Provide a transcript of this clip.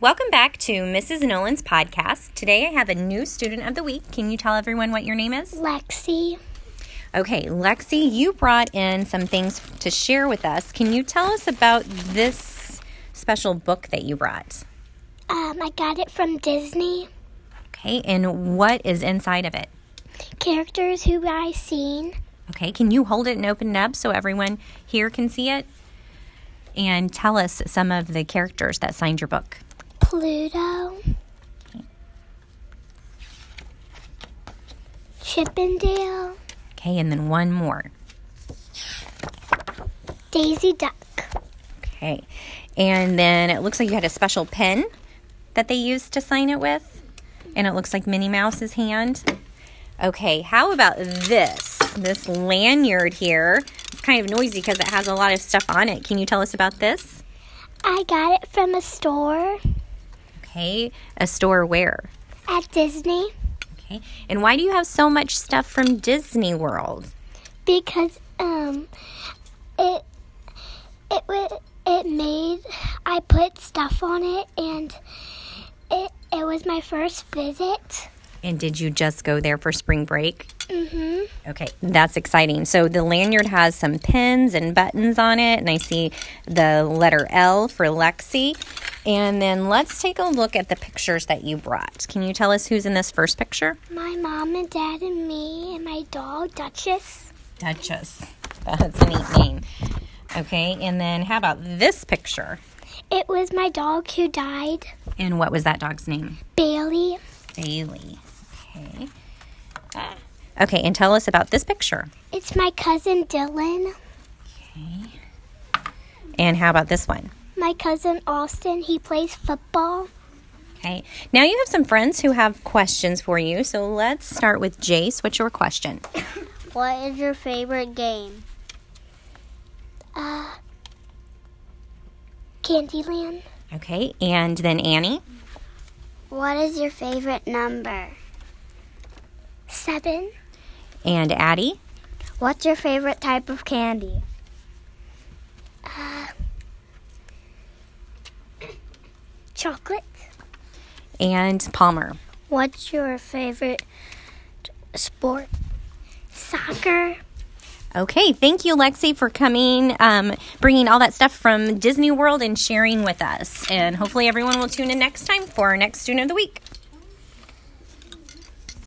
Welcome back to Mrs. Nolan's podcast. Today I have a new student of the week. Can you tell everyone what your name is? Lexi. Okay, Lexi, you brought in some things to share with us. Can you tell us about this special book that you brought? Um, I got it from Disney. Okay, and what is inside of it? Characters who I seen. Okay, can you hold it and open it up so everyone here can see it? And tell us some of the characters that signed your book. Pluto. Chippendale. Okay, and then one more. Daisy Duck. Okay, and then it looks like you had a special pen that they used to sign it with, and it looks like Minnie Mouse's hand. Okay, how about this? This lanyard here. It's kind of noisy because it has a lot of stuff on it. Can you tell us about this? I got it from a store Okay, a store where? at Disney Okay, and why do you have so much stuff from Disney World? because um it it wa- it made I put stuff on it and it it was my first visit. And did you just go there for spring break? Mhm. Okay, that's exciting. So the lanyard has some pins and buttons on it, and I see the letter L for Lexi. And then let's take a look at the pictures that you brought. Can you tell us who's in this first picture? My mom and dad and me and my dog Duchess. Duchess. That's a neat name. Okay, and then how about this picture? It was my dog who died, And what was that dog's name? Bailey. Bailey. Okay. Ah. Okay, and tell us about this picture. It's my cousin Dylan. Okay. And how about this one? My cousin Austin, he plays football. Okay. Now you have some friends who have questions for you. So let's start with Jace. What's your question? What is your favorite game? Uh Candyland. Okay. And then Annie. What is your favorite number? 7. And Addie. What's your favorite type of candy? Uh, chocolate. And Palmer. What's your favorite sport? Soccer. Okay. Thank you, Lexi, for coming, um, bringing all that stuff from Disney World and sharing with us. And hopefully everyone will tune in next time for our next student of the week.